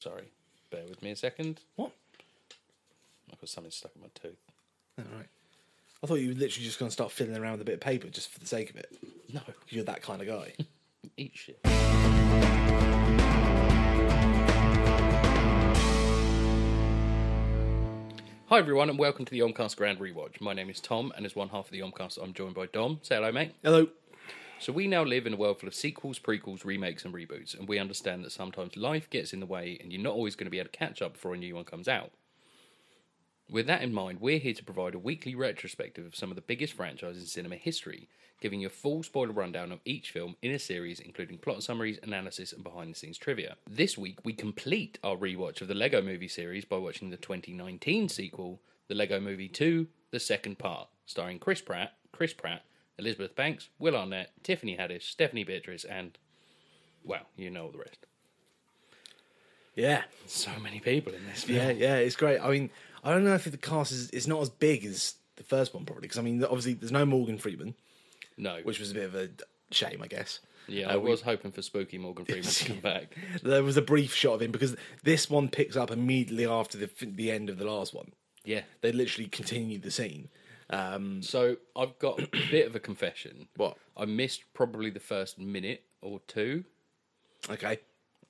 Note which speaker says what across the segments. Speaker 1: Sorry, bear with me a second.
Speaker 2: What?
Speaker 1: I've got something stuck in my tooth.
Speaker 2: All Oh, right. I thought you were literally just going to start fiddling around with a bit of paper just for the sake of it.
Speaker 1: No,
Speaker 2: You're that kind of guy.
Speaker 1: eat shit. Hi everyone, and welcome to the Omcast Grand Rewatch. My name is Tom, and as one half of the Omcast, I'm joined by Dom. Say hello, mate.
Speaker 2: Hello.
Speaker 1: So we now live in a world full of sequels, prequels, remakes, and reboots, and we understand that sometimes life gets in the way, and you're not always going to be able to catch up before a new one comes out. With that in mind, we're here to provide a weekly retrospective of some of the biggest franchises in cinema history, giving you a full spoiler rundown of each film in a series, including plot summaries, analysis, and behind the scenes trivia. This week, we complete our rewatch of the Lego movie series by watching the 2019 sequel, The Lego Movie 2, the second part, starring Chris Pratt, Chris Pratt, Elizabeth Banks, Will Arnett, Tiffany Haddish, Stephanie Beatrice, and, well, you know the rest.
Speaker 2: Yeah.
Speaker 1: So many people in this film.
Speaker 2: Yeah, yeah, it's great. I mean, I don't know if the cast is it's not as big as the first one probably because I mean, obviously there's no Morgan Freeman,
Speaker 1: No,
Speaker 2: which was a bit of a shame, I guess.
Speaker 1: yeah,
Speaker 2: Uh,
Speaker 1: I
Speaker 2: we-
Speaker 1: was hoping for spooky Morgan Freeman to come back.
Speaker 2: There was a brief shot of him because this one picks up immediately after the the end of the last one.
Speaker 1: Yeah,
Speaker 2: They literally continue the scene. Um,
Speaker 1: So I've got a bit of a confession.
Speaker 2: What?
Speaker 1: I missed probably the first minute or two.
Speaker 2: okay,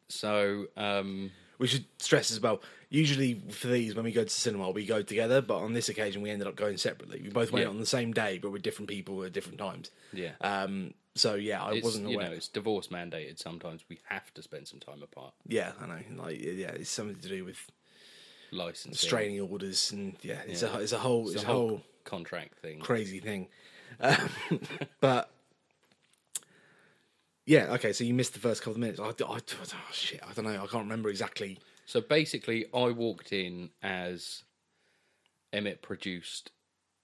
Speaker 1: So um,
Speaker 2: we should stress as well. Usually for these, when we go to cinema, we go together, but on this occasion, we ended up going separately. We both went
Speaker 1: Yeah.
Speaker 2: on the same day, but with different people at different times.
Speaker 1: Yeah.
Speaker 2: Um. So yeah, I
Speaker 1: it's,
Speaker 2: wasn't
Speaker 1: you
Speaker 2: aware.
Speaker 1: know it's divorce mandated. Sometimes we have to spend some time apart.
Speaker 2: Yeah, I know. Like, yeah, it's something to do with
Speaker 1: Licensing,
Speaker 2: straining orders, and yeah, it's
Speaker 1: Yeah.
Speaker 2: a it's a whole it's,
Speaker 1: the
Speaker 2: a whole,
Speaker 1: whole, contract thing.
Speaker 2: crazy thing. Um, but yeah, okay. So you missed the first couple of minutes. I, I, oh, shit, I don't know. I can't remember exactly.
Speaker 1: So basically, I walked in as Emmett produced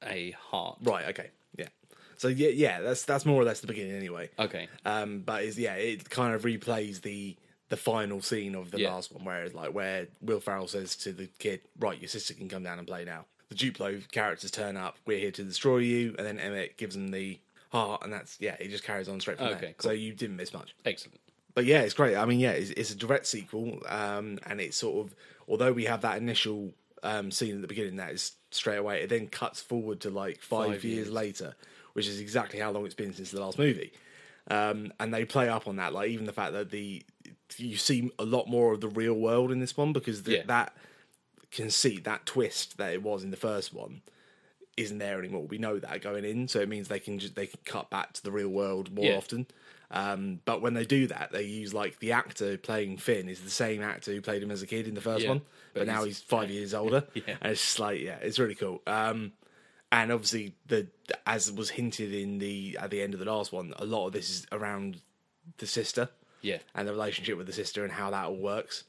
Speaker 1: a heart.
Speaker 2: Right. Okay. Yeah. So yeah, yeah. That's that's more or less the beginning anyway.
Speaker 1: Okay.
Speaker 2: Um, but it's, yeah, it kind of replays the the final scene of the
Speaker 1: Yeah.
Speaker 2: last one, where it's like where Will Farrell says to the kid, "Right, your sister can come down and play now." The Duplo characters turn up. We're here to destroy you, and then Emmett gives him the heart, and that's yeah. It just carries on straight from there.
Speaker 1: Okay, cool.
Speaker 2: So you didn't miss much.
Speaker 1: Excellent.
Speaker 2: But yeah, it's great. I mean, yeah, it's, it's a direct sequel, um, and it's sort of although we have that initial um, scene at the beginning that is straight away, it then cuts forward to like five,
Speaker 1: Five
Speaker 2: years,
Speaker 1: years.
Speaker 2: later, which is exactly how long it's been since the last movie. Um, and they play up on that, like even the fact that the you see a lot more of the real world in this one because the,
Speaker 1: Yeah.
Speaker 2: that conceit, that twist that it was in the first one, isn't there anymore. We know that going in, so it means they can just they can cut back to the real world more
Speaker 1: Yeah.
Speaker 2: often. Um, but when they do that, they use like the actor playing Finn is the same actor who played him as a kid in the first
Speaker 1: Yeah,
Speaker 2: one,
Speaker 1: but
Speaker 2: but, now he's,
Speaker 1: he's-
Speaker 2: five years older. And it's just like yeah, it's really cool. Um, and obviously the as was hinted in the at the end of the last one, a lot of this is around the sister
Speaker 1: Yeah.
Speaker 2: and the relationship with the sister and how that all works.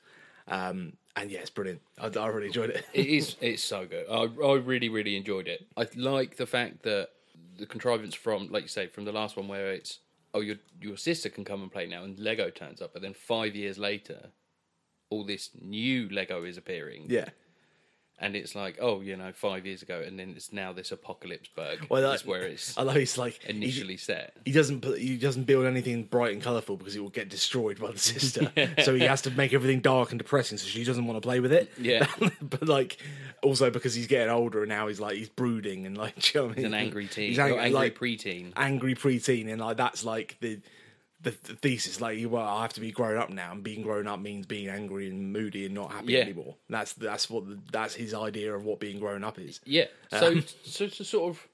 Speaker 2: Um, and yeah, it's brilliant. I, I really enjoyed it.
Speaker 1: it is it's so good I, I really really enjoyed it i like the fact that the contrivance from like you say from the last one where it's oh your your sister can come and play now and lego turns up but then five years later all this new lego is appearing
Speaker 2: yeah.
Speaker 1: and it's like oh you know five years ago and then it's now this apocalypse bug
Speaker 2: Well, that-
Speaker 1: is where it's
Speaker 2: I love it's like he-
Speaker 1: initially set
Speaker 2: he doesn't put, he doesn't build anything bright and colourful because it will get destroyed by the sister. So he has to make everything dark and depressing, so she doesn't want to play with it.
Speaker 1: Yeah.
Speaker 2: but like also because he's getting older and now he's like he's brooding and like do you know what I
Speaker 1: an
Speaker 2: mean?
Speaker 1: angry teen
Speaker 2: He's
Speaker 1: or
Speaker 2: angry,
Speaker 1: angry
Speaker 2: like,
Speaker 1: preteen
Speaker 2: angry preteen and like that's like the. The, the thesis, like, well, I have to be grown up now, and being grown up means being angry and moody and not happy
Speaker 1: Yeah.
Speaker 2: anymore. That's that's what the, that's his idea of what being grown up is.
Speaker 1: Yeah. So, so to sort of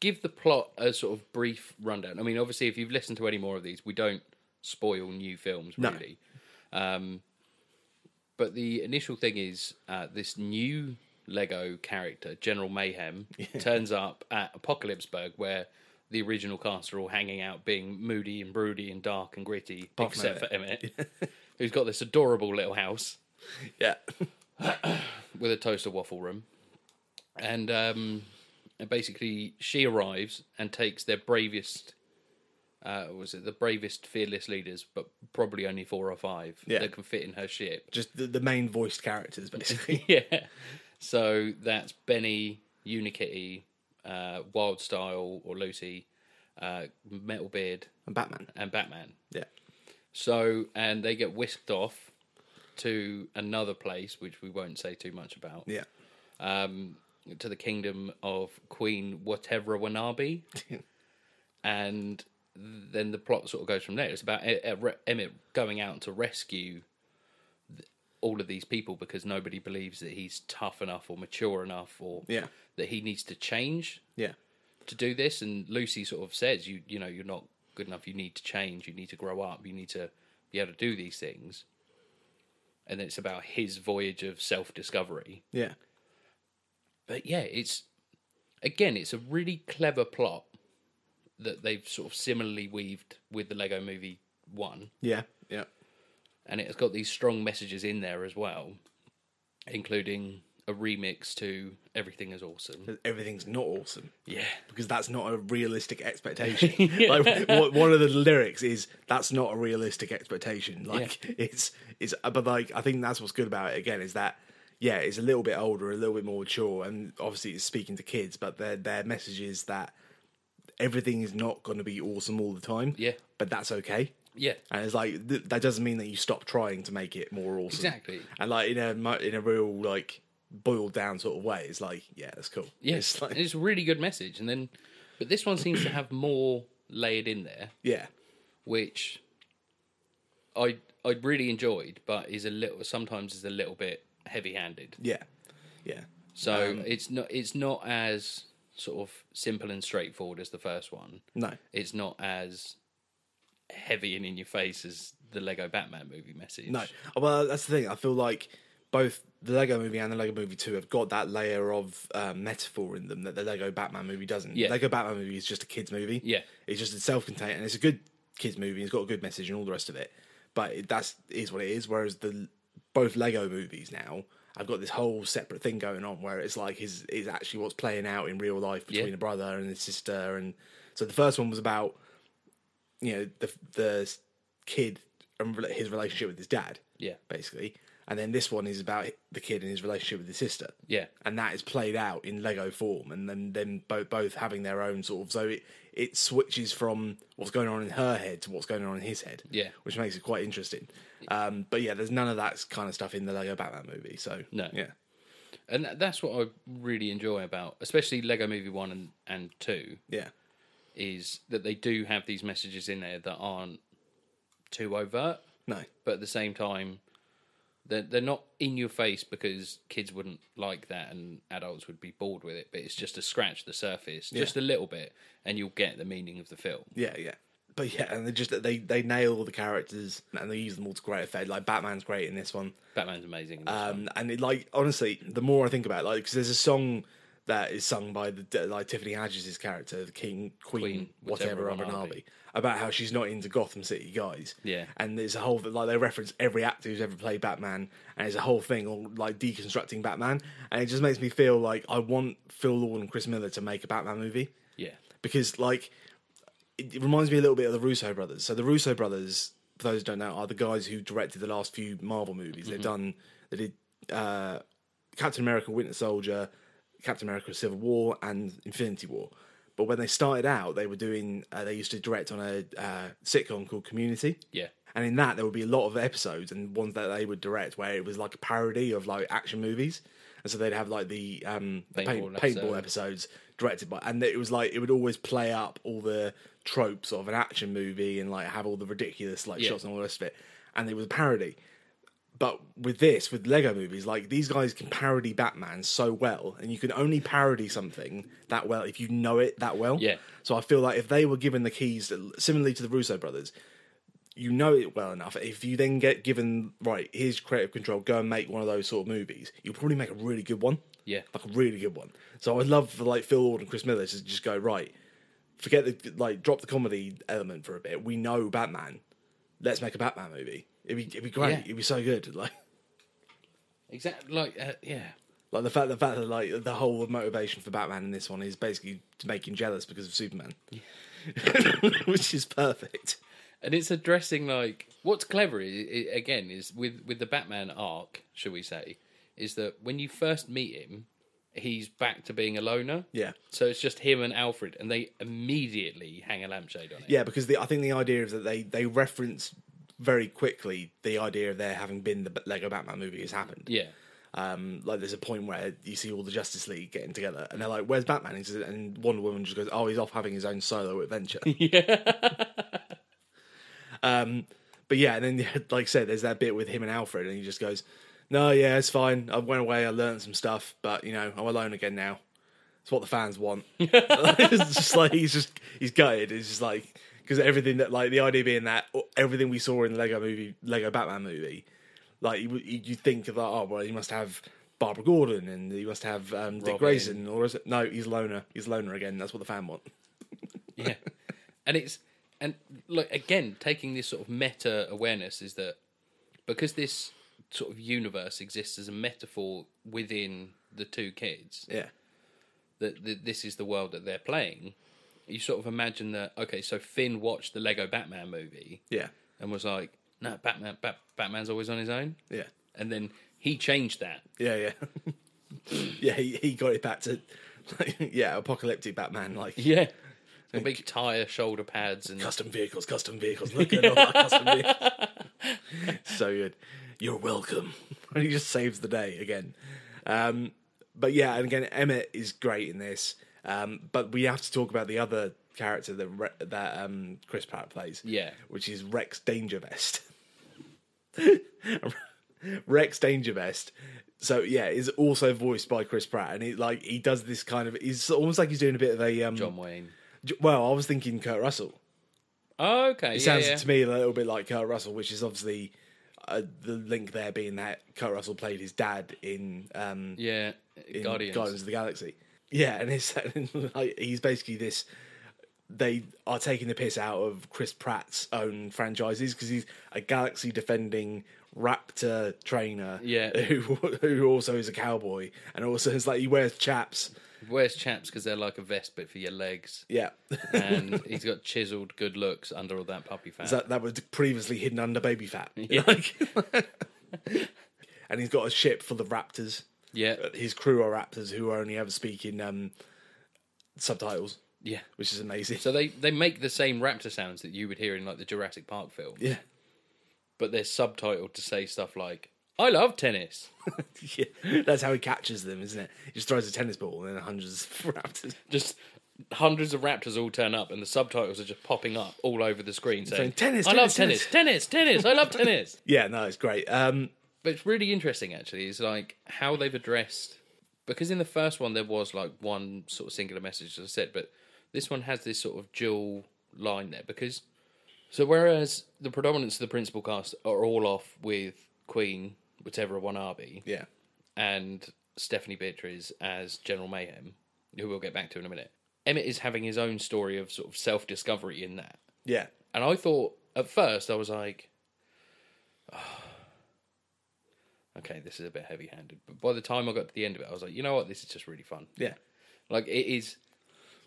Speaker 1: give the plot a sort of brief rundown. I mean, obviously, if you've listened to any more of these, we don't spoil new films really. Um, but the initial thing is uh, this new Lego character, General Mayhem, turns up at Apocalypseburg, where the original cast are all hanging out, being moody and broody and dark and gritty,
Speaker 2: from
Speaker 1: except for Emmett, who's got this adorable little house
Speaker 2: Yeah,
Speaker 1: with a toaster waffle room, and um, and basically she arrives and takes their bravest. Uh, was it the bravest fearless leaders, but probably only four or five
Speaker 2: Yeah.
Speaker 1: that can fit in her ship?
Speaker 2: just the, the main voiced characters, basically.
Speaker 1: yeah. So that's Benny, Unikitty, uh, Wild Style or Lucy, uh, Metalbeard,
Speaker 2: and Batman.
Speaker 1: and Batman.
Speaker 2: Yeah.
Speaker 1: So and they get whisked off to another place, which we won't say too much about,
Speaker 2: Yeah.
Speaker 1: um, to the kingdom of Queen Whatever Wanabe. and then the plot sort of goes from there. It's about E- E- Re- Emmett going out to rescue th- all of these people because nobody believes that he's tough enough or mature enough or
Speaker 2: Yeah.
Speaker 1: that he needs to change
Speaker 2: Yeah.
Speaker 1: to do this and Lucy sort of says you you know you're not good enough you need to change you need to grow up you need to be able to do these things and it's about his voyage of self-discovery
Speaker 2: Yeah.
Speaker 1: but yeah it's again it's a really clever plot that they've sort of similarly weaved with the Lego movie 1
Speaker 2: Yeah. Yeah.
Speaker 1: and it's got these strong messages in there as well including a remix to everything is awesome
Speaker 2: Everything's not awesome.
Speaker 1: yeah
Speaker 2: because that's not a realistic expectation. Like w- one of the lyrics is that's not a realistic expectation. Like it's it's uh, but like I think that's what's good about it again is that yeah, it's a little bit older, a little bit more mature and obviously it's speaking to kids, but their their message is that everything is not going to be awesome all the time.
Speaker 1: Yeah.
Speaker 2: But that's okay.
Speaker 1: yeah
Speaker 2: And it's like th- that doesn't mean that you stop trying to make it more awesome.
Speaker 1: Exactly.
Speaker 2: And like in a mu- in a real like boiled down sort of way, it's like yeah, that's cool.
Speaker 1: Yes,
Speaker 2: It's like,
Speaker 1: it's a really good message. And then, but this one seems to have more layered in there,
Speaker 2: yeah,
Speaker 1: which I I really enjoyed, but is a little sometimes is a little bit heavy-handed.
Speaker 2: yeah, yeah.
Speaker 1: So it's not it's not as sort of simple and straightforward as the first one.
Speaker 2: No.
Speaker 1: It's not as heavy and in your face as the Lego Batman movie message.
Speaker 2: No. Well, that's the thing. I feel like both the Lego movie and the Lego movie 2 have got that layer of um, metaphor in them that the Lego Batman movie doesn't.
Speaker 1: Yeah.
Speaker 2: Lego Batman movie is just a kids movie.
Speaker 1: Yeah.
Speaker 2: It's just self contained and it's a good kids movie. It's got a good message and all the rest of it. But it, that's is what it is whereas the both Lego movies now I've got this whole separate thing going on where it's like his is actually what's playing out in real life between
Speaker 1: Yeah.
Speaker 2: a brother and his sister and so the first one was about you know the the kid and rela- his relationship with his dad
Speaker 1: Yeah.
Speaker 2: basically. And then this one is about the kid and his relationship with his sister.
Speaker 1: Yeah.
Speaker 2: And that is played out in Lego form, and then then both both having their own sort of so it it switches from what's going on in her head to what's going on in his head.
Speaker 1: Yeah.
Speaker 2: which makes it quite interesting. Um, but yeah, there's none of that kind of stuff in the Lego Batman movie. So
Speaker 1: No.
Speaker 2: yeah,
Speaker 1: And that, that's what I really enjoy about, especially Lego Movie 1 and, and 2.
Speaker 2: yeah,
Speaker 1: is that they do have these messages in there that aren't too overt,
Speaker 2: no,
Speaker 1: but at the same time, they're, they're not in your face because kids wouldn't like that and adults would be bored with it. But it's just to scratch the surface just a little bit, and you'll get the meaning of the film.
Speaker 2: yeah, yeah. But yeah, and they just they they nail all the characters and they use them all to great effect. Like Batman's great in this one.
Speaker 1: Batman's amazing. in this one.
Speaker 2: Um, and it, like honestly, the more I think about it, like because there's a song that is sung by the like Tiffany Haddish' character, the King Queen,
Speaker 1: Queen,
Speaker 2: whatever,
Speaker 1: whatever,
Speaker 2: Abernaby,
Speaker 1: Abernaby.
Speaker 2: about how she's not into Gotham City guys.
Speaker 1: Yeah.
Speaker 2: and there's a whole like they reference every actor who's ever played Batman, and there's a whole thing on like deconstructing Batman, and it just makes me feel like I want Phil Lord and Chris Miller to make a Batman movie
Speaker 1: yeah,
Speaker 2: because like it, it reminds me a little bit of the Russo brothers. So the Russo brothers, for those who don't know, are the guys who directed the last few Marvel movies. They've done they did uh, Captain America: Winter Soldier, Captain America: Civil War, and Infinity War. But when they started out, they were doing uh, they used to direct on a uh, sitcom called Community.
Speaker 1: yeah,
Speaker 2: And in that, there would be a lot of episodes and ones that they would direct where it was like a parody of like action movies. And so they'd have like the um, the paint,
Speaker 1: Paintball
Speaker 2: paintball
Speaker 1: episode.
Speaker 2: episodes directed by, and it was like it would always play up all the tropes of an action movie and like have all the ridiculous like
Speaker 1: Yeah.
Speaker 2: shots and all the rest of it. And it was a parody. But with this, with Lego movies, like these guys can parody Batman so well, and you can only parody something that well if you know it that well.
Speaker 1: Yeah.
Speaker 2: So I feel like if they were given the keys, similarly to the Russo brothers, you know it well enough. If you then get given right, here's creative control, go and make one of those sort of movies, you'll probably make a really good one,
Speaker 1: yeah,
Speaker 2: like a really good one. So I'd love for like Phil Lord and Chris Miller to just go right, forget the like drop the comedy element for a bit. We know Batman, let's make a Batman movie. It'd be it'd be great.
Speaker 1: Yeah.
Speaker 2: It'd be so good. Like
Speaker 1: exactly. Like uh, yeah,
Speaker 2: like the fact the fact that like the whole motivation for Batman in this one is basically to make him jealous because of Superman, which is perfect.
Speaker 1: and it's addressing like what's clever i i again is with with the batman arc shall we say is that when you first meet him he's back to being a loner
Speaker 2: Yeah.
Speaker 1: so it's just him and alfred and they immediately hang a lampshade on it
Speaker 2: Yeah, because the, I think the idea is that they they reference very quickly the idea of there having been the B- Lego Batman movie has happened.
Speaker 1: Yeah.
Speaker 2: Um, like there's a point where you see all the Justice League getting together, and they're like, "Where's Batman?" And he says- And Wonder Woman just goes, "Oh, he's off having his own solo adventure." um, but yeah, and then like I said, there's that bit with him and Alfred, and he just goes, "No, yeah, it's fine. I went away. I learned some stuff, but you know, I'm alone again now. It's what the fans want." it's just like he's just he's gutted. It's just like because everything that like the idea being that everything we saw in the Lego movie, Lego Batman movie, like you, you you think that oh well, he must have Barbara Gordon and he must have um, Dick
Speaker 1: Robin.
Speaker 2: Grayson, or is it no? He's loner. He's loner again. That's what the fan want.
Speaker 1: Yeah. And it's and like again, taking this sort of meta awareness is that because this sort of universe exists as a metaphor within the two kids,
Speaker 2: Yeah,
Speaker 1: that, that this is the world that they're playing, you sort of imagine that okay, so Finn watched the Lego Batman movie
Speaker 2: yeah,
Speaker 1: and was like, No, Batman Bat, Batman's always on his own
Speaker 2: yeah,
Speaker 1: and then he changed that.
Speaker 2: yeah, yeah. yeah, he, he got it back to like, yeah, apocalyptic Batman like.
Speaker 1: Yeah. So big tire, shoulder pads and
Speaker 2: Custom vehicles, custom vehicles. Look at all our custom vehicles. so good. You're welcome. And he just saves the day again. Um, but yeah, and again, Emmett is great in this. Um, but we have to talk about the other character that Re- that um, Chris Pratt plays.
Speaker 1: Yeah.
Speaker 2: which is Rex Dangervest. Rex Dangervest. So yeah, is also voiced by Chris Pratt, and he like he does this kind of. He's almost like he's doing a bit of a. Um,
Speaker 1: John Wayne.
Speaker 2: j- Well, I was thinking Kurt Russell.
Speaker 1: Oh, okay.
Speaker 2: It
Speaker 1: yeah,
Speaker 2: sounds
Speaker 1: yeah.
Speaker 2: to me a little bit like Kurt Russell, which is obviously uh, the link there being that Kurt Russell played his dad in, um,
Speaker 1: Yeah,
Speaker 2: in
Speaker 1: Guardians.
Speaker 2: of the Galaxy. Yeah, and it's like, he's basically this. They are taking the piss out of Chris Pratt's own franchises because he's a galaxy defending raptor trainer,
Speaker 1: Yeah.
Speaker 2: who who also is a cowboy and also is like he wears chaps,
Speaker 1: Wears chaps because they're like a vest, but for your legs.
Speaker 2: yeah.
Speaker 1: And he's got chiseled good looks under all that puppy fat.
Speaker 2: that that was previously hidden under baby fat. and he's got a ship full of raptors.
Speaker 1: yeah,
Speaker 2: His crew are raptors who only ever speak in um, subtitles,
Speaker 1: yeah.
Speaker 2: which is amazing.
Speaker 1: So they they make the same raptor sounds that you would hear in like the Jurassic Park film,
Speaker 2: yeah.
Speaker 1: but they're subtitled to say stuff like "I love tennis."
Speaker 2: yeah, that's how he catches them, isn't it? He just throws a tennis ball and then hundreds of raptors
Speaker 1: Just hundreds of raptors all turn up, and the subtitles are just popping up all over the screen saying
Speaker 2: "Tennis,
Speaker 1: I
Speaker 2: tennis,
Speaker 1: love tennis, tennis, tennis. I love tennis."
Speaker 2: Yeah, no, it's great. Um,
Speaker 1: But it's really interesting actually, is like how they've addressed because in the first one there was like one sort of singular message, as I said, but this one has this sort of dual line there because so whereas the predominance of the principal cast are all off with Queen, whatever one Arby,
Speaker 2: yeah,
Speaker 1: and Stephanie Beatriz as General Mayhem, who we'll get back to in a minute. Emmett is having his own story of sort of self discovery in that.
Speaker 2: yeah,
Speaker 1: And I thought at first I was like, "Ah, okay, this is a bit heavy handed. But by the time I got to the end of it, I was like, you know what, this is just really fun.
Speaker 2: yeah.
Speaker 1: Like it is.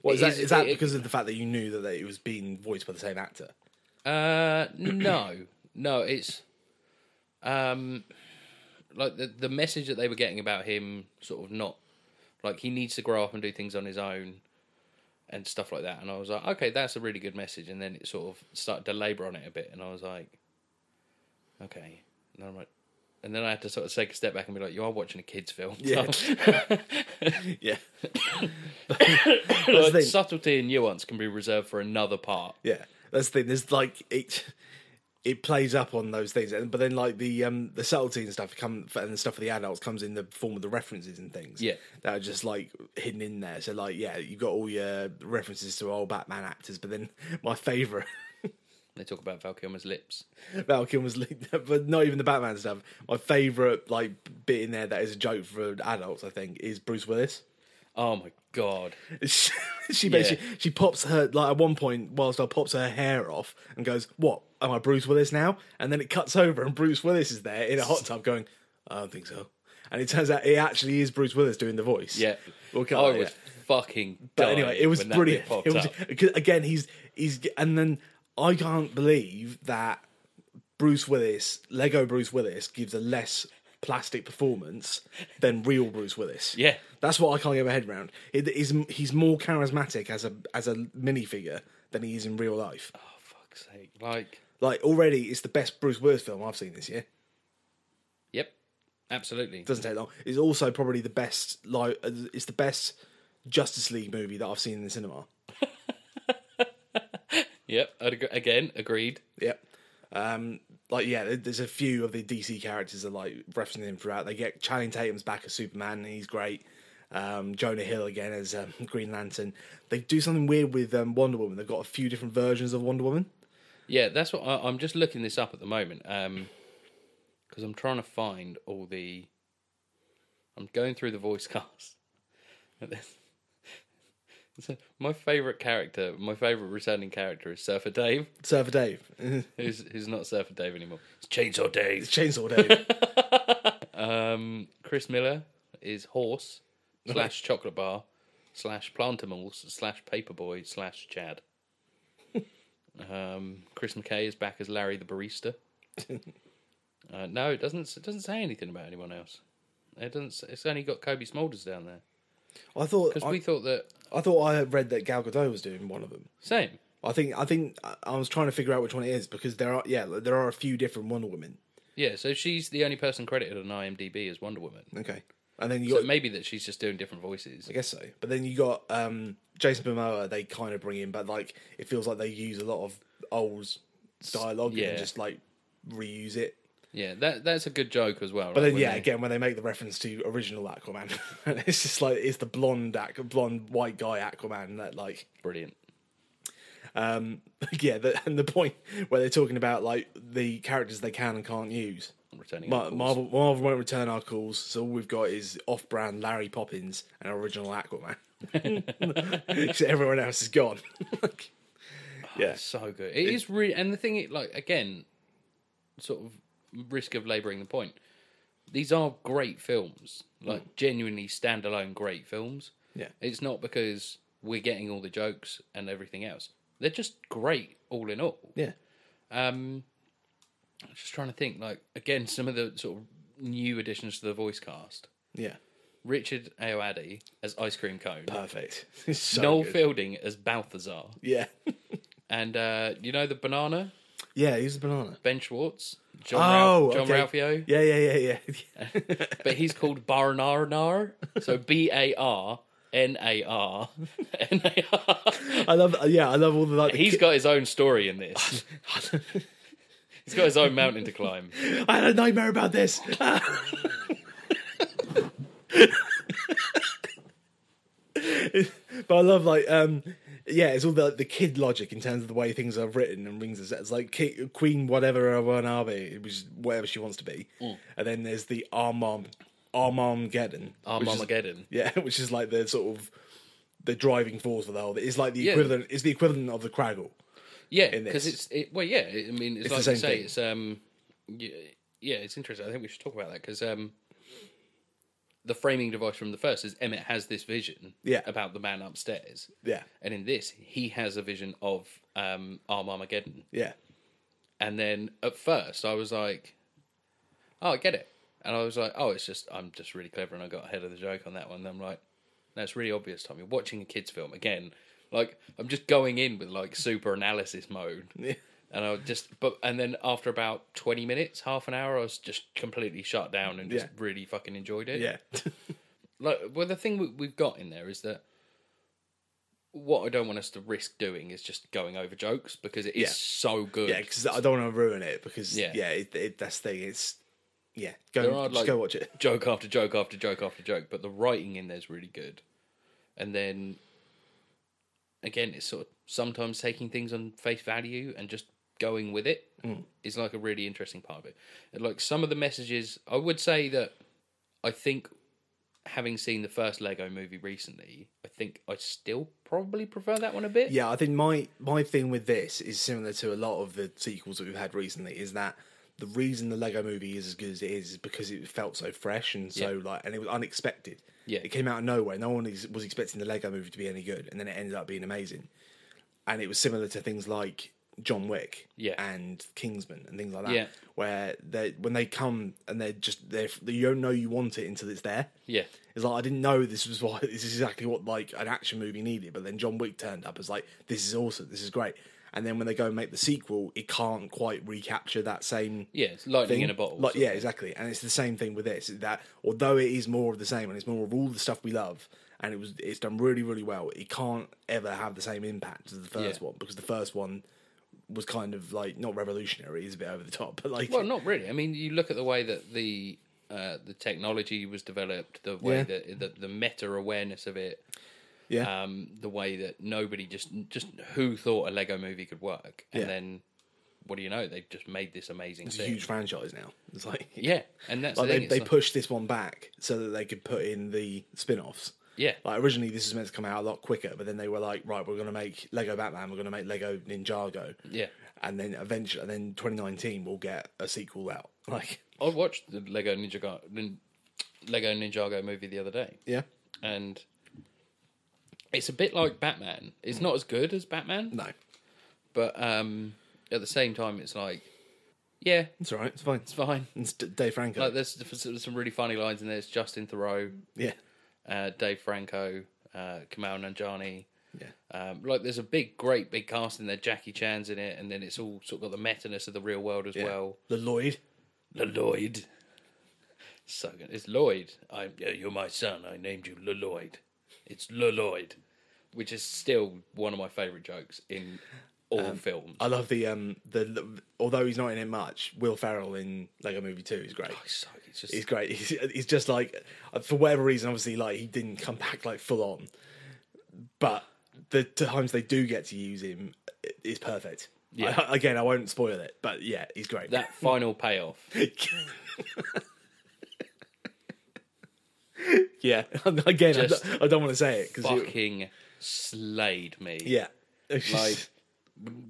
Speaker 2: Well, is
Speaker 1: it
Speaker 2: that, is, that
Speaker 1: it-
Speaker 2: because of the fact that you knew that it was being voiced by the same actor?
Speaker 1: Uh, no, no, it's um, like the the message that they were getting about him, sort of not like he needs to grow up and do things on his own and stuff like that. And I was like, okay, that's a really good message. And then it sort of started to labour on it a bit, and I was like, okay. And then I'm like, and then I had to sort of take a step back and be like, you are watching a kids' film.
Speaker 2: Yeah. Yeah,
Speaker 1: like,
Speaker 2: thing.
Speaker 1: subtlety and nuance can be reserved for another part.
Speaker 2: yeah. That's the thing. There's like it. It plays up on those things, and but then like the um the subtlety and stuff come and the stuff for the adults comes in the form of the references and things.
Speaker 1: Yeah.
Speaker 2: that are just like hidden in there. So like yeah, you got all your references to old Batman actors, but then my favorite
Speaker 1: They talk about Val Kilmer's lips.
Speaker 2: Val Kilmer's, lead- but not even the Batman stuff. My favorite like bit in there that is a joke for adults, I think, is Bruce Willis.
Speaker 1: Oh my god.
Speaker 2: She, she basically she pops her like at one point whilst I pops her hair off and goes, "What am I Bruce Willis now?" And then it cuts over and Bruce Willis is there in a hot tub going, "I don't think so." And it turns out it actually is Bruce Willis doing the voice.
Speaker 1: Yeah.
Speaker 2: Okay,
Speaker 1: I
Speaker 2: yeah.
Speaker 1: was fucking
Speaker 2: But anyway, it was
Speaker 1: when that
Speaker 2: brilliant.
Speaker 1: bit popped
Speaker 2: It was-
Speaker 1: up.
Speaker 2: because, again, he's he's and then I can't believe that Bruce Willis, Lego Bruce Willis, gives a less plastic performance than real Bruce Willis.
Speaker 1: Yeah.
Speaker 2: that's what I can't get my head around. It is he's more charismatic as a as a minifigure than he is in real life.
Speaker 1: Oh fuck's sake. Like
Speaker 2: Like already, it's the best Bruce Willis film I've seen this year.
Speaker 1: Yep, absolutely.
Speaker 2: Doesn't take long. It's also probably the best. Like uh, it's the best Justice League movie that I've seen in the cinema.
Speaker 1: Yep, I'd ag- again, agreed.
Speaker 2: Yep. Um, like yeah, there- there's a few of the DC characters that like referencing him throughout. They get Channing Tatum's back as Superman, and he's great. Um, Jonah Hill again as um, Green Lantern. They do something weird with um, Wonder Woman. They've got a few different versions of Wonder Woman.
Speaker 1: Yeah, that's what I, I'm just looking this up at the moment because I'm trying to find all the. I'm going through the voice cast. And there's- so my favorite character, my favorite returning character is Surfer Dave,
Speaker 2: Surfer Dave,
Speaker 1: who's who's not Surfer Dave anymore. It's Chainsaw Dave.
Speaker 2: Chainsaw Dave.
Speaker 1: Um, Chris Miller is Horse slash Chocolate Bar slash Plantimals slash Paperboy slash Chad. um, Chris McKay is back as Larry the Barista. uh, no, it doesn't. It doesn't say anything about anyone else. It doesn't. It's only got Kobe Smolders down there
Speaker 2: I thought I,
Speaker 1: because we thought that
Speaker 2: I thought I had read that Gal Gadot was doing one of them.
Speaker 1: same.
Speaker 2: I think I think I- I was trying to figure out which one it is because there are yeah there are a few different Wonder Women.
Speaker 1: Yeah, so she's the only person credited on IMDb as Wonder Woman.
Speaker 2: Okay, and then you
Speaker 1: So
Speaker 2: got
Speaker 1: maybe that she's just doing different voices.
Speaker 2: I guess so. But then you got um, Jason Momoa. They kind of bring in, but like it feels like they use a lot of old dialogue
Speaker 1: yeah.
Speaker 2: and just like reuse it.
Speaker 1: Yeah, that that's a good joke as well.
Speaker 2: But then yeah, again when they make the reference to original Aquaman, and it's just like it's the blonde Aqu- blonde white guy Aquaman that like
Speaker 1: brilliant.
Speaker 2: um, yeah the, and the point where they're talking about like the characters they can and can't use.
Speaker 1: Returning
Speaker 2: Ma-
Speaker 1: our calls.
Speaker 2: Marvel, Marvel won't return our calls, so all we've got is off-brand Larry Poppins and original Aquaman. 'Cause everyone else is gone. Like, yeah,
Speaker 1: It's so good. it is really, and the thing, it, like again, sort of risk of labouring the point. These are great films, like genuinely standalone great films.
Speaker 2: Mm. yeah,
Speaker 1: It's not because we're getting all the jokes and everything else. They're just great all in all.
Speaker 2: yeah.
Speaker 1: Um, I'm just trying to think, like again, some of the sort of new additions to the voice cast.
Speaker 2: Yeah,
Speaker 1: Richard Ayoade as Ice Cream Cone.
Speaker 2: perfect. It's so
Speaker 1: Noel
Speaker 2: good.
Speaker 1: Fielding as Balthazar,
Speaker 2: Yeah,
Speaker 1: and uh, you know the banana
Speaker 2: yeah. He's a banana.
Speaker 1: Ben Schwartz, John, Ralph, John
Speaker 2: Oh, okay.
Speaker 1: Ralphio,
Speaker 2: Yeah, yeah, yeah, yeah.
Speaker 1: but he's called Barnarnar, so B A R N A R N A R.
Speaker 2: I love. Yeah, I love all the like. The
Speaker 1: He's
Speaker 2: ki-
Speaker 1: got his own story in this. He's got his own mountain to climb.
Speaker 2: I had a nightmare about this. Ah. but I love like um yeah, it's all the the kid logic in terms of the way things are written and rings and sets. Like ki- Queen whatever uh, Wanabe, which is whatever she wants to be,
Speaker 1: Mm.
Speaker 2: and then there's the Armam Armageddon, which is-
Speaker 1: Armageddon.
Speaker 2: yeah, which is like the sort of the driving force for the whole. It's like the
Speaker 1: Yeah.
Speaker 2: equivalent. It's the equivalent of the Craggle.
Speaker 1: Yeah,
Speaker 2: in
Speaker 1: because
Speaker 2: this.
Speaker 1: it's it, well, yeah. I mean, it's,
Speaker 2: the
Speaker 1: like you
Speaker 2: same
Speaker 1: say,
Speaker 2: thing.
Speaker 1: it's um, yeah, yeah, it's interesting. I think we should talk about that because um, the framing device from the first is Emmett has this vision,
Speaker 2: Yeah.
Speaker 1: about the man upstairs,
Speaker 2: Yeah,
Speaker 1: and in this he has a vision of um, Arm Armageddon,
Speaker 2: yeah,
Speaker 1: and then at first I was like, oh, I get it, and I was like, oh, it's just I'm just really clever, and I got ahead of the joke on that one. And I'm like, no, it's really obvious, Tom. You're watching a kids' film again. Like I'm just going in with like super analysis mode.
Speaker 2: yeah.
Speaker 1: And I was just, but and then after about twenty minutes, half an hour, I was just completely shut down and just
Speaker 2: Yeah.
Speaker 1: really fucking enjoyed it.
Speaker 2: yeah.
Speaker 1: Like, well, the thing we, we've got in there is that what I don't want us to risk doing is just going over jokes because it is
Speaker 2: Yeah.
Speaker 1: so good.
Speaker 2: Yeah, because I don't want to ruin it because
Speaker 1: Yeah.
Speaker 2: yeah, it, it, that's the thing. It's yeah,
Speaker 1: There
Speaker 2: go
Speaker 1: are,
Speaker 2: just
Speaker 1: like-
Speaker 2: go watch it.
Speaker 1: joke after joke after joke after joke, but the writing in there's really good. And then again, it's sort of sometimes taking things on face value and just going with it is
Speaker 2: Hmm.
Speaker 1: like a really interesting part of it. And like some of the messages, I would say that I think having seen the first Lego movie recently, I think I still probably prefer that one a bit.
Speaker 2: Yeah, I think my my thing with this is similar to a lot of the sequels that we've had recently. Is that the reason the Lego Movie is as good as it is is because it felt so fresh and so like, and it was unexpected.
Speaker 1: Yeah.
Speaker 2: it came out of nowhere. No one is, was expecting the Lego Movie to be any good, and then it ended up being amazing. And it was similar to things like John Wick,
Speaker 1: Yeah.
Speaker 2: and Kingsman and things like that,
Speaker 1: Yeah.
Speaker 2: where they when they come and they're just they you don't know you want it until it's there.
Speaker 1: Yeah.
Speaker 2: It's like I didn't know this was why this is exactly what like an action movie needed, but then John Wick turned up as like this is awesome, this is great, and then when they go and make the sequel, it can't quite recapture that same
Speaker 1: Yeah, it's lightning
Speaker 2: thing.
Speaker 1: in a bottle.
Speaker 2: Like,
Speaker 1: so-
Speaker 2: yeah, exactly. And it's the same thing with this. is That although it is more of the same and it's more of all the stuff we love, and it was it's done really really well. It can't ever have the same impact as the first
Speaker 1: Yeah.
Speaker 2: one because the first one was kind of like not revolutionary. It's a bit over the top, but like
Speaker 1: Well, not really. I mean, you look at the way that the uh, the technology was developed, the way
Speaker 2: Yeah.
Speaker 1: that the, the meta awareness of it,
Speaker 2: yeah,
Speaker 1: um, the way that nobody just just who thought a Lego movie could work, and
Speaker 2: Yeah.
Speaker 1: then what do you know? They've just made this amazing
Speaker 2: it's a
Speaker 1: thing.
Speaker 2: huge franchise now. It's like
Speaker 1: Yeah, and that's
Speaker 2: Like
Speaker 1: the thing.
Speaker 2: they,
Speaker 1: it's
Speaker 2: they
Speaker 1: like-
Speaker 2: pushed this one back so that they could put in the spin-offs.
Speaker 1: yeah,
Speaker 2: Like originally, this was meant to come out a lot quicker, but then they were like, "Right, we're going to make Lego Batman. We're going to make Lego Ninjago."
Speaker 1: yeah.
Speaker 2: and then eventually, and then 2019 we'll get a sequel out. Like,
Speaker 1: I watched the Lego Ninja Go- Nin- Lego Ninjago movie the other day,
Speaker 2: yeah,
Speaker 1: and it's a bit like Batman. It's not as good as Batman,
Speaker 2: no,
Speaker 1: but um, at the same time, it's like, yeah,
Speaker 2: it's all right, it's fine.
Speaker 1: it's fine.
Speaker 2: It's D- Dave Franco.
Speaker 1: Like there's, there's some really funny lines in there. It's Justin Thoreau,
Speaker 2: yeah,
Speaker 1: uh, Dave Franco, uh, Kamal Nanjani.
Speaker 2: yeah,
Speaker 1: Um, like there's a big, great big cast in there. Jackie Chan's in it, and then it's all sort of got the metaness of the real world as
Speaker 2: yeah.
Speaker 1: well.
Speaker 2: the Lloyd.
Speaker 1: Lloyd. So good. It's Lloyd. I'm, yeah, you're my son. I named you Lloyd. It's Lloyd, which is still one of my favourite jokes in all films.
Speaker 2: Um, I love the um the although he's not in it much. Will Ferrell in Lego Movie Two is great.
Speaker 1: It's so- it's just
Speaker 2: He's great. He's, he's just like for whatever reason, obviously, like he didn't come back like full on, but the times they do get to use him i- is perfect.
Speaker 1: Yeah.
Speaker 2: I- again, I won't spoil it, but yeah, he's great.
Speaker 1: that final payoff.
Speaker 2: yeah. Again, I
Speaker 1: Just
Speaker 2: don't, I don't want to say it because
Speaker 1: fucking slayed me.
Speaker 2: yeah,
Speaker 1: Like-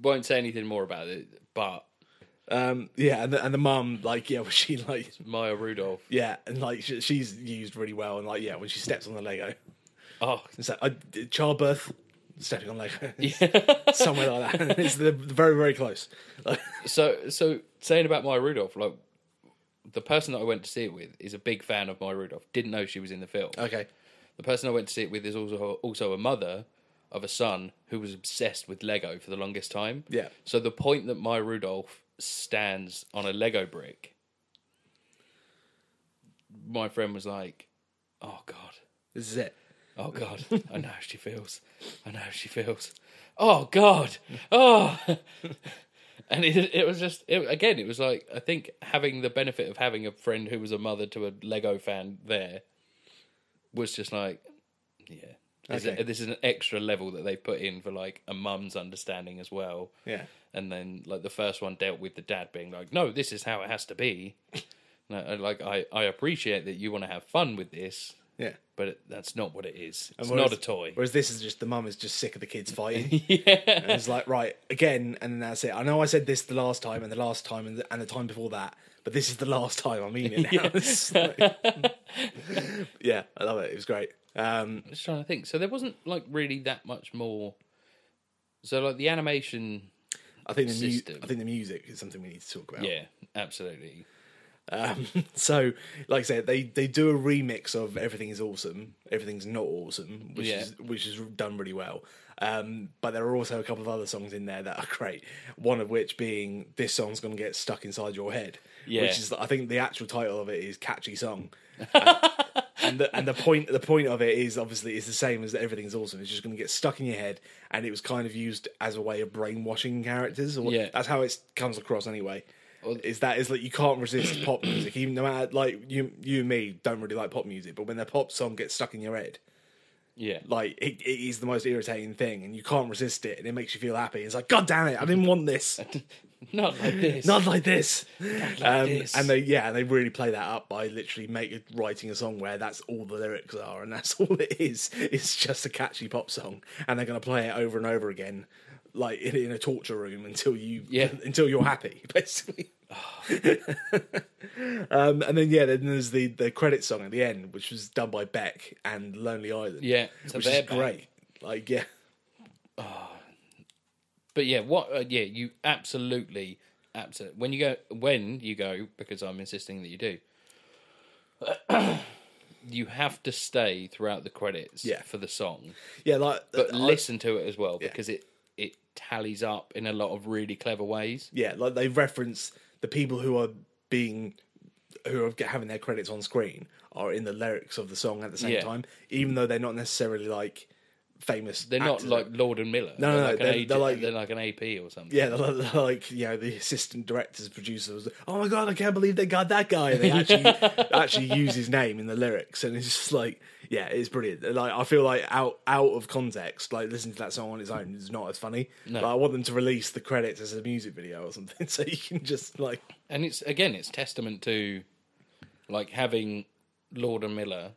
Speaker 1: won't say anything more about it, but
Speaker 2: um, yeah, and the, and the mum, like, yeah, was she like,
Speaker 1: Maya Rudolph.
Speaker 2: yeah, and like she, she's used really well, and like, yeah, when she steps on the Lego,
Speaker 1: Oh,
Speaker 2: it's like I, childbirth, stepping on Lego,
Speaker 1: yeah.
Speaker 2: somewhere like that. It's the, very very close. Like,
Speaker 1: so so saying about Maya Rudolph, like the person that I went to see it with is a big fan of Maya Rudolph. Didn't know she was in the film.
Speaker 2: okay,
Speaker 1: The person I went to see it with is also also a mother of a son who was obsessed with Lego for the longest time.
Speaker 2: Yeah.
Speaker 1: So the point that Maya Rudolph stands on a Lego brick, my friend was like, "Oh God."
Speaker 2: this is it.
Speaker 1: Oh God, I know how she feels. I know how she feels. Oh God, oh. And it, it was just it, again. It was like I think having the benefit of having a friend who was a mother to a Lego fan there was just like, yeah, This is-
Speaker 2: Okay.
Speaker 1: this is an extra level that they put in for like a mum's understanding as well.
Speaker 2: Yeah,
Speaker 1: And then like the first one dealt with the dad being like, no, this is how it has to be. No, I- like I I appreciate that you want to have fun with this,
Speaker 2: yeah.
Speaker 1: but it, that's not what it is. It's
Speaker 2: Whereas-
Speaker 1: not a toy.
Speaker 2: Whereas this is just the mum is just sick of the kids fighting.
Speaker 1: yeah.
Speaker 2: And it's like, right, again, and then that's it. I know I said this the last time, and the last time, and the, and the time before that, but this is the last time. I mean it now. It's like- yeah, I love it. It was great. Um,
Speaker 1: Just trying to think. So there wasn't like really that much more. So like the animation,
Speaker 2: I think the mu-
Speaker 1: System.
Speaker 2: I think the music is something we need to talk about.
Speaker 1: yeah, absolutely.
Speaker 2: Um, so, like I said, they they do a remix of "Everything Is Awesome," "Everything's Not Awesome," which
Speaker 1: Yeah.
Speaker 2: is which is done really well. Um, but there are also a couple of other songs in there that are great. One of which being "This Song's Gonna Get Stuck Inside Your Head,"
Speaker 1: Yeah.
Speaker 2: which is I think the actual title of it is "Catchy Song." and the, and the point the point of it is obviously it's the same as everything's awesome. It's just going to get stuck in your head, and it was kind of used as a way of brainwashing characters. Or
Speaker 1: Yeah.
Speaker 2: that's how it comes across anyway. Is that is like you can't resist pop music, even no matter like you you and me don't really like pop music, but when the pop song gets stuck in your head,
Speaker 1: Yeah.
Speaker 2: like it, it is the most irritating thing, and you can't resist it, and it makes you feel happy. It's like God damn it, I didn't want this.
Speaker 1: Not like this.
Speaker 2: Not like this. um,
Speaker 1: this.
Speaker 2: And they, yeah, they really play that up by literally make, writing a song where that's all the lyrics are and that's all it is. It's just a catchy pop song, and they're going to play it over and over again, like in, in a torture room until you,
Speaker 1: Yeah. Oh.
Speaker 2: until you're happy, basically. um, and then yeah, then there's the the credit song at the end, which was done by Beck and Lonely Island.
Speaker 1: yeah. So
Speaker 2: which is
Speaker 1: they're back.
Speaker 2: great. Like yeah,
Speaker 1: But yeah, what? Uh, yeah, you absolutely, absolutely. When you go, when you go, because I'm insisting that you do. you have to stay throughout the credits
Speaker 2: Yeah.
Speaker 1: for the song,
Speaker 2: yeah, like
Speaker 1: but
Speaker 2: I-
Speaker 1: listen to it as well because it it tallies up in a lot of really clever ways.
Speaker 2: Yeah, like they reference the people who are being who are having their credits on screen are in the lyrics of the song at the same
Speaker 1: Yeah.
Speaker 2: time, even though they're not necessarily like famous.
Speaker 1: They're not
Speaker 2: actors.
Speaker 1: like Lord and Miller.
Speaker 2: No, no,
Speaker 1: they're
Speaker 2: no,
Speaker 1: Like
Speaker 2: they're-
Speaker 1: an agent,
Speaker 2: they're like-
Speaker 1: they're like an AP or something.
Speaker 2: yeah, they're like, they're like, you know the assistant directors, producers. Oh my god, I can't believe they got that guy. And they actually actually use his name in the lyrics, and it's just like, yeah, it's brilliant. Like I feel like out out of context, like listening to that song on its own is not as funny. But I want them to release the credits as a music video or something, so you can just like,
Speaker 1: and it's again it's testament to like having Lord and Miller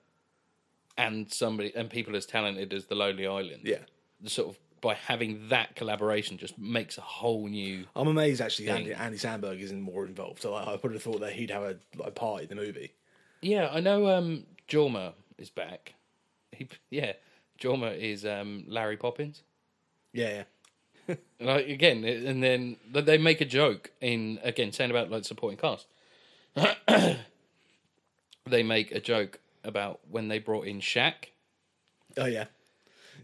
Speaker 1: and somebody and people as talented as the Lonely Island.
Speaker 2: yeah.
Speaker 1: The sort of by having that collaboration just makes a whole new
Speaker 2: I'm amazed actually. Andy, Andy Sandberg isn't more involved. Like, I would have thought that he'd have a like, part in the movie.
Speaker 1: Yeah, I know um Jorma is back. He yeah, Jorma is um Larry Poppins.
Speaker 2: Yeah, yeah.
Speaker 1: Like again, it- and then like, they make a joke in again saying about like supporting cast. they make a joke about when they brought in Shaq,
Speaker 2: Oh yeah,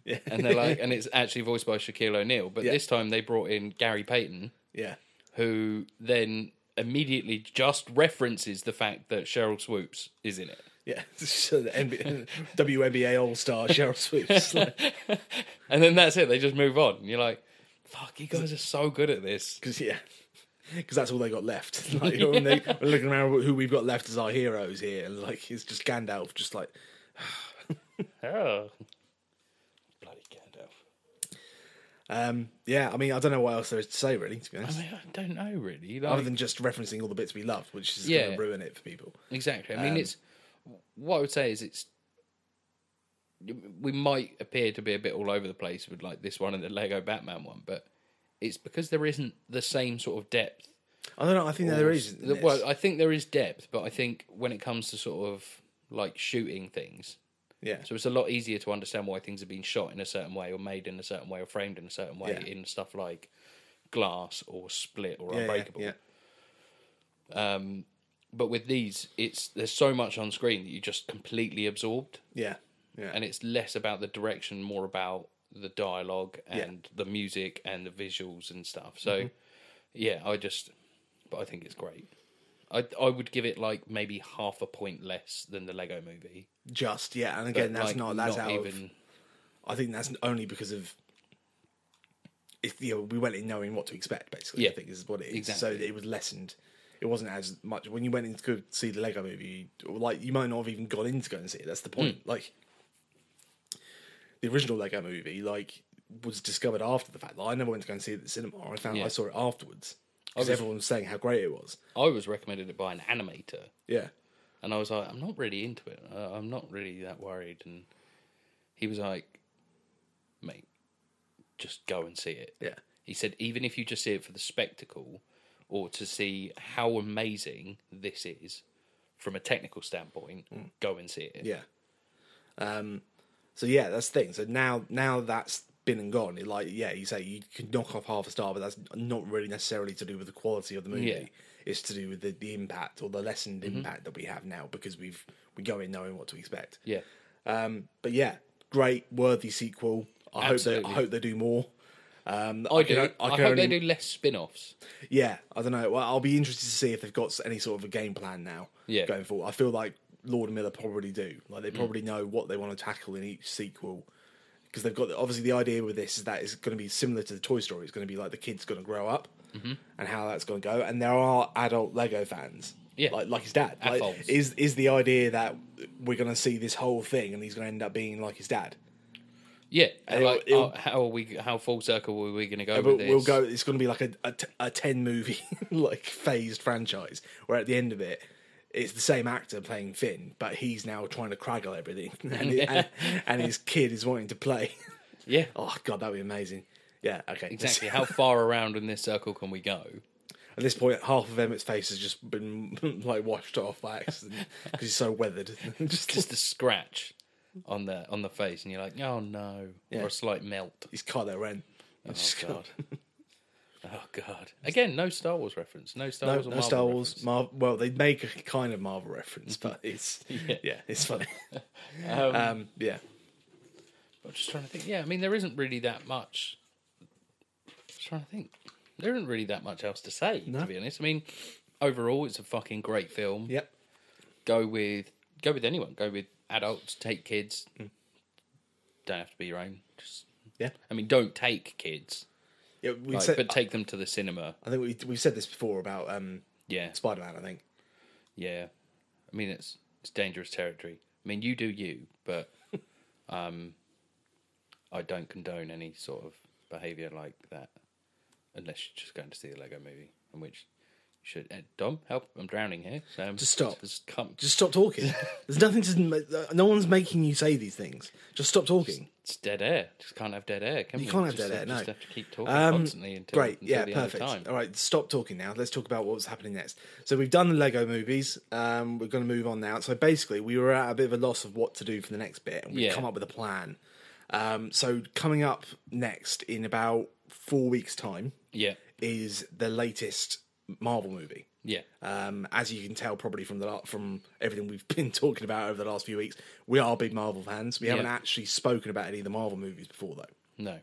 Speaker 2: yeah,
Speaker 1: and they're like, and it's actually voiced by Shaquille O'Neal, but
Speaker 2: Yeah.
Speaker 1: this time they brought in Gary Payton,
Speaker 2: yeah,
Speaker 1: who then immediately just references the fact that Cheryl Swoops is in it.
Speaker 2: yeah. so the NBA, WNBA All Star Cheryl Swoops. Like,
Speaker 1: and then that's it. They just move on. And you're like, fuck, you guys are so good at this.
Speaker 2: Cause, yeah, because that's all they got left. Like when they when looking around, who we've got left as our heroes here, and like it's just Gandalf, just like
Speaker 1: Oh. Bloody Gandalf.
Speaker 2: um, yeah. I mean, I don't know what else there is to say really, to be honest.
Speaker 1: I, mean, I don't know really.
Speaker 2: Other
Speaker 1: Like,
Speaker 2: than just referencing all the bits we love, which is
Speaker 1: Yeah.
Speaker 2: going to ruin it for people.
Speaker 1: exactly. I mean,
Speaker 2: Um,
Speaker 1: it's what I would say is it's we might appear to be a bit all over the place with like this one and the Lego Batman one, but it's because there isn't the same sort of depth
Speaker 2: I don't know. I think there is. in
Speaker 1: The-
Speaker 2: this.
Speaker 1: Well, I think there is depth, but I think when it comes to sort of like shooting things,
Speaker 2: yeah,
Speaker 1: so it's a lot easier to understand why things have been shot in a certain way, or made in a certain way, or framed in a certain way
Speaker 2: Yeah.
Speaker 1: in stuff like glass or split or
Speaker 2: yeah, yeah,
Speaker 1: unbreakable.
Speaker 2: yeah.
Speaker 1: Um, but with these, it's there's so much on screen that you just completely absorbed,
Speaker 2: Yeah. Yeah.
Speaker 1: and it's less about the direction, more about the dialogue and the music and the visuals and stuff. So,
Speaker 2: Mm-hmm.
Speaker 1: yeah, I just, but I think it's great. I I would give it like maybe half a point less than the Lego Movie.
Speaker 2: just yeah, and again, that's
Speaker 1: Like,
Speaker 2: not that's out of I think that's only because of if you know, we went in knowing what to expect, basically.
Speaker 1: Yeah.
Speaker 2: I think is what it is. So
Speaker 1: Exactly.
Speaker 2: it was lessened. It wasn't as much when you went in to go see the Lego movie, you- like you might not have even gone in to go and see it. That's the point.
Speaker 1: Hmm.
Speaker 2: Like the original Lego movie, like was discovered after the fact. Like, I never went to go and see it at the cinema. I found
Speaker 1: Yeah.
Speaker 2: I saw it afterwards because everyone was saying how great it was.
Speaker 1: I was recommended it by an animator,
Speaker 2: Yeah,
Speaker 1: and I was like, I'm not really into it. Uh, I'm not really that worried. And he was like, mate, just go and see it.
Speaker 2: yeah,
Speaker 1: He said, even if you just see it for the spectacle or to see how amazing this is from a technical standpoint, go and see it.
Speaker 2: Yeah. Um. So yeah, that's the thing. So now, now that's been and gone. It, like, yeah, you say you could knock off half a star, but that's not really necessarily to do with the quality of the movie.
Speaker 1: Yeah. Mm-hmm.
Speaker 2: It's to do with the, the impact or the lessened impact that we have now because we've we go in knowing what to expect.
Speaker 1: Yeah.
Speaker 2: Um. But yeah, great, worthy sequel. I hope they, I
Speaker 1: Absolutely.
Speaker 2: hope they do more. Um,
Speaker 1: I, do.
Speaker 2: can-
Speaker 1: I,
Speaker 2: can
Speaker 1: hope
Speaker 2: only-
Speaker 1: they do less spin offs.
Speaker 2: yeah, I don't know. Well, I'll be interested to see if they've got any sort of a game plan now.
Speaker 1: Yeah. Mm.
Speaker 2: going forward. I feel like Lord and Miller probably do. Like they probably know what they want to tackle in each sequel because they've got obviously the idea with this is that it's going to be similar to the Toy Story. It's going to be like the kid's going to grow up
Speaker 1: Mm-hmm.
Speaker 2: and how that's going to go. And there are adult Lego fans.
Speaker 1: Yeah.
Speaker 2: like like his dad. Like,
Speaker 1: Assholes.
Speaker 2: is is the idea that we're going to see this whole thing and he's going to end up being like his dad?
Speaker 1: Yeah.
Speaker 2: And
Speaker 1: like,
Speaker 2: it'll- it'll-
Speaker 1: oh, how are we, how full circle are we going to go
Speaker 2: But
Speaker 1: with this?
Speaker 2: we'll go. It's going to be like a, a, t- a ten movie like phased franchise where at the end of it, it's the same actor playing Finn, but he's now trying to craggle everything, and, he- and, and his kid is wanting to play.
Speaker 1: Yeah.
Speaker 2: Oh god, that'd be amazing. Yeah, okay.
Speaker 1: Exactly. how far around in this circle can we go?
Speaker 2: At this point, half of Emmett's face has just been like washed off by accident because he's so weathered. just,
Speaker 1: Just a scratch on the on the face, and you're like, oh no,
Speaker 2: Yeah.
Speaker 1: or a slight melt.
Speaker 2: he's Kylo Ren. Oh
Speaker 1: God. Oh god! Again, no Star Wars reference. No Star
Speaker 2: No,
Speaker 1: Wars. Or
Speaker 2: no
Speaker 1: Marvel
Speaker 2: Star
Speaker 1: reference.
Speaker 2: Wars. Marvel, well, they make a kind of Marvel reference, but it's yeah, it's funny. um, yeah,
Speaker 1: I'm just trying to think. Yeah, I mean, there isn't really that much trying to think. There isn't really that much else to say,
Speaker 2: No.
Speaker 1: to be honest. I mean, overall, it's a fucking great film.
Speaker 2: Yep.
Speaker 1: Go with go with anyone. Go with adults. Take kids.
Speaker 2: Mm.
Speaker 1: Don't have to be your own. Just
Speaker 2: Yeah.
Speaker 1: I mean, don't take kids,
Speaker 2: Yeah. We
Speaker 1: like,
Speaker 2: said.
Speaker 1: but take them to the cinema.
Speaker 2: I think we we've said this before about um,
Speaker 1: Yeah,
Speaker 2: Spider Man. I think.
Speaker 1: yeah. I mean, it's it's dangerous territory. I mean, you do you, but um, I don't condone any sort of behaviour like that, unless you're just going to see the Lego Movie, in which you should. eh, Dom, help! I'm drowning here. Um,
Speaker 2: Just stop.
Speaker 1: Just come. Just
Speaker 2: Just stop talking. There's nothing to. ma- uh, No one's making you say these things. Just stop talking.
Speaker 1: it's dead air. Just can't have dead air. Can
Speaker 2: You
Speaker 1: we?
Speaker 2: can't have
Speaker 1: Just-
Speaker 2: dead air,
Speaker 1: Just
Speaker 2: no.
Speaker 1: have to keep talking
Speaker 2: Um,
Speaker 1: constantly until
Speaker 2: Great.
Speaker 1: until
Speaker 2: yeah.
Speaker 1: the
Speaker 2: Perfect.
Speaker 1: End of time.
Speaker 2: All right. Stop talking now. Let's talk about what's happening next. So we've done the Lego movies. Um, we're going to move on now. So basically, we were at a bit of a loss of what to do for the next bit, and we've
Speaker 1: Yeah.
Speaker 2: come up with a plan. Um, so coming up next in about four weeks' time
Speaker 1: Yeah.
Speaker 2: is the latest Marvel movie.
Speaker 1: Yeah.
Speaker 2: Um, as you can tell, probably from the la- from everything we've been talking about over the last few weeks, we are big Marvel fans. We haven't
Speaker 1: Yeah.
Speaker 2: actually spoken about any of the Marvel movies before, though,
Speaker 1: No.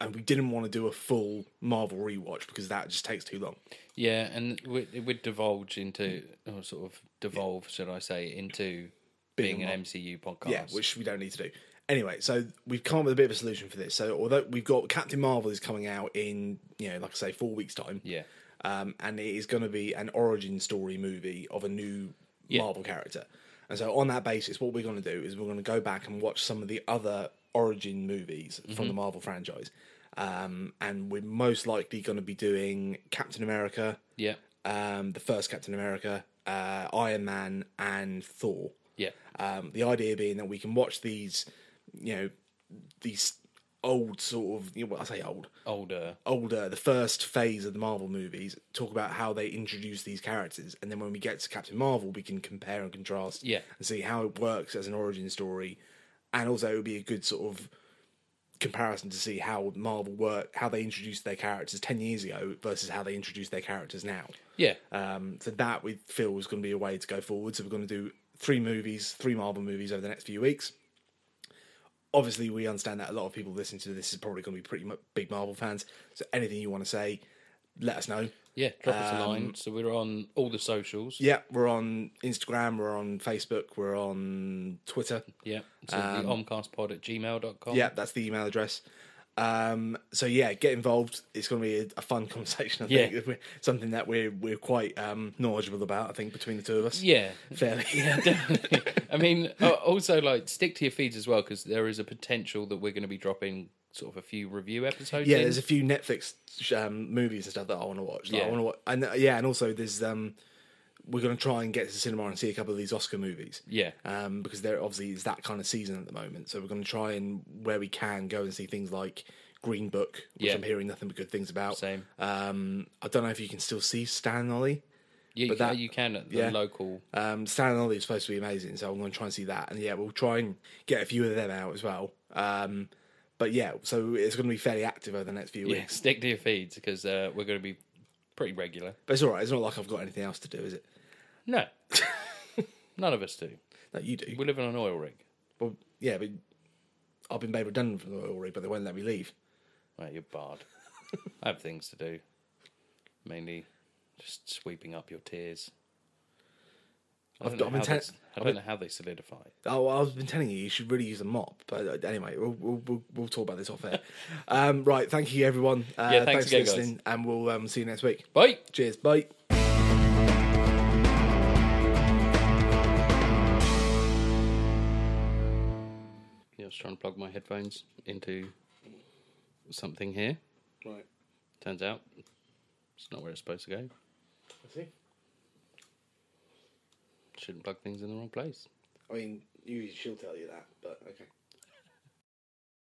Speaker 2: and we didn't want to do a full Marvel rewatch because that just takes too long.
Speaker 1: Yeah, and it would- it would divulge into, or sort of devolve, should I say, into being, an MCU podcast.
Speaker 2: Yeah, which we don't need to do. Anyway, so we've come up with a bit of a solution for this. So although we've got Captain Marvel is coming out in you know, like I say, four weeks time.
Speaker 1: Yeah.
Speaker 2: um, and it is going to be an origin story movie of a new
Speaker 1: Yeah.
Speaker 2: Marvel character. And so, on that basis, what we're going to do is we're going to go back and watch some of the other origin movies from the Marvel franchise. Um, and we're most likely going to be doing Captain America,
Speaker 1: yeah,
Speaker 2: um, the first Captain America, uh, Iron Man, and Thor.
Speaker 1: yeah,
Speaker 2: Um, the idea being that we can watch these, you know, these old sort of, you know, well, I say old,
Speaker 1: older.
Speaker 2: older, the first phase of the Marvel movies, talk about how they introduce these characters, and then when we get to Captain Marvel, we can compare and contrast,
Speaker 1: Yeah.
Speaker 2: and see how it works as an origin story, and also it would be a good sort of comparison to see how Marvel work, how they introduced their characters ten years ago versus how they introduce their characters now.
Speaker 1: Yeah,
Speaker 2: Um, so that we feel is going to be a way to go forward. So we're going to do three movies, three Marvel movies over the next few weeks. Obviously, we understand that a lot of people listening to this is probably going to be pretty mu- big Marvel fans. So anything you want to say, let us know.
Speaker 1: yeah. Drop us a line. So we're on all the socials.
Speaker 2: Um, Yeah, we're on Instagram, we're on Facebook, we're on Twitter.
Speaker 1: Yeah. So the omcastpod at gmail.com.
Speaker 2: um, Yeah, that's the email address. Um, so yeah, get involved. It's going to be a, a fun conversation. I
Speaker 1: Yeah.
Speaker 2: think If we're- something that we're we're quite um, knowledgeable about. I think between the two of us,
Speaker 1: Yeah.
Speaker 2: fairly.
Speaker 1: I mean, uh, also, like, stick to your feeds as well, because there is a potential that we're going to be dropping sort of a few review episodes.
Speaker 2: yeah,
Speaker 1: in.
Speaker 2: there's a few Netflix sh- um, movies and stuff that I want to watch. Like, I
Speaker 1: Yeah.
Speaker 2: want to watch, and uh, yeah, and also there's um, we're going to try and get to the cinema and see a couple of these Oscar movies.
Speaker 1: Yeah.
Speaker 2: um, because there obviously is that kind of season at the moment. So we're going to try and where we can go and see things like Green Book, which
Speaker 1: Yeah.
Speaker 2: I'm hearing nothing but good things about.
Speaker 1: Same.
Speaker 2: Um, I don't know if you can still see Stan Ollie.
Speaker 1: yeah, you,
Speaker 2: but that-
Speaker 1: can, you can at the
Speaker 2: yeah.
Speaker 1: local.
Speaker 2: Um, Stan and Ollie is supposed to be amazing, so I'm going to try and see that. And yeah, we'll try and get a few of them out as well. Um, but yeah, so it's going to be fairly active over the next few
Speaker 1: Yeah,
Speaker 2: weeks.
Speaker 1: stick to your feeds, because uh, we're going to be pretty regular.
Speaker 2: But it's all right. It's not like I've got anything else to do, is it?
Speaker 1: No. None of us do.
Speaker 2: No, you do.
Speaker 1: We live on an oil rig.
Speaker 2: Well, yeah, but I've been made redundant from the oil rig, but they won't let me leave.
Speaker 1: Well, you're barred. I have things to do. Mainly just sweeping up your tears. I
Speaker 2: I've-
Speaker 1: don't, know
Speaker 2: I'm
Speaker 1: how,
Speaker 2: intent-
Speaker 1: they, I don't know how they solidify. it.
Speaker 2: Oh, well, I've been telling you, you should really use a mop. But uh, anyway, we'll, we'll, we'll, we'll talk about this off air. um, right, thank you, everyone. Uh,
Speaker 1: Yeah, thanks again,
Speaker 2: for
Speaker 1: guys.
Speaker 2: listening, and we'll um, see you next week.
Speaker 1: Bye!
Speaker 2: Cheers, bye.
Speaker 1: Yeah, I was trying to plug my headphones into something here.
Speaker 2: Right,
Speaker 1: Turns out it's not where it's supposed to go.
Speaker 2: I see.
Speaker 1: Shouldn't plug things in the wrong place.
Speaker 2: I mean, usually she'll tell you that, but okay.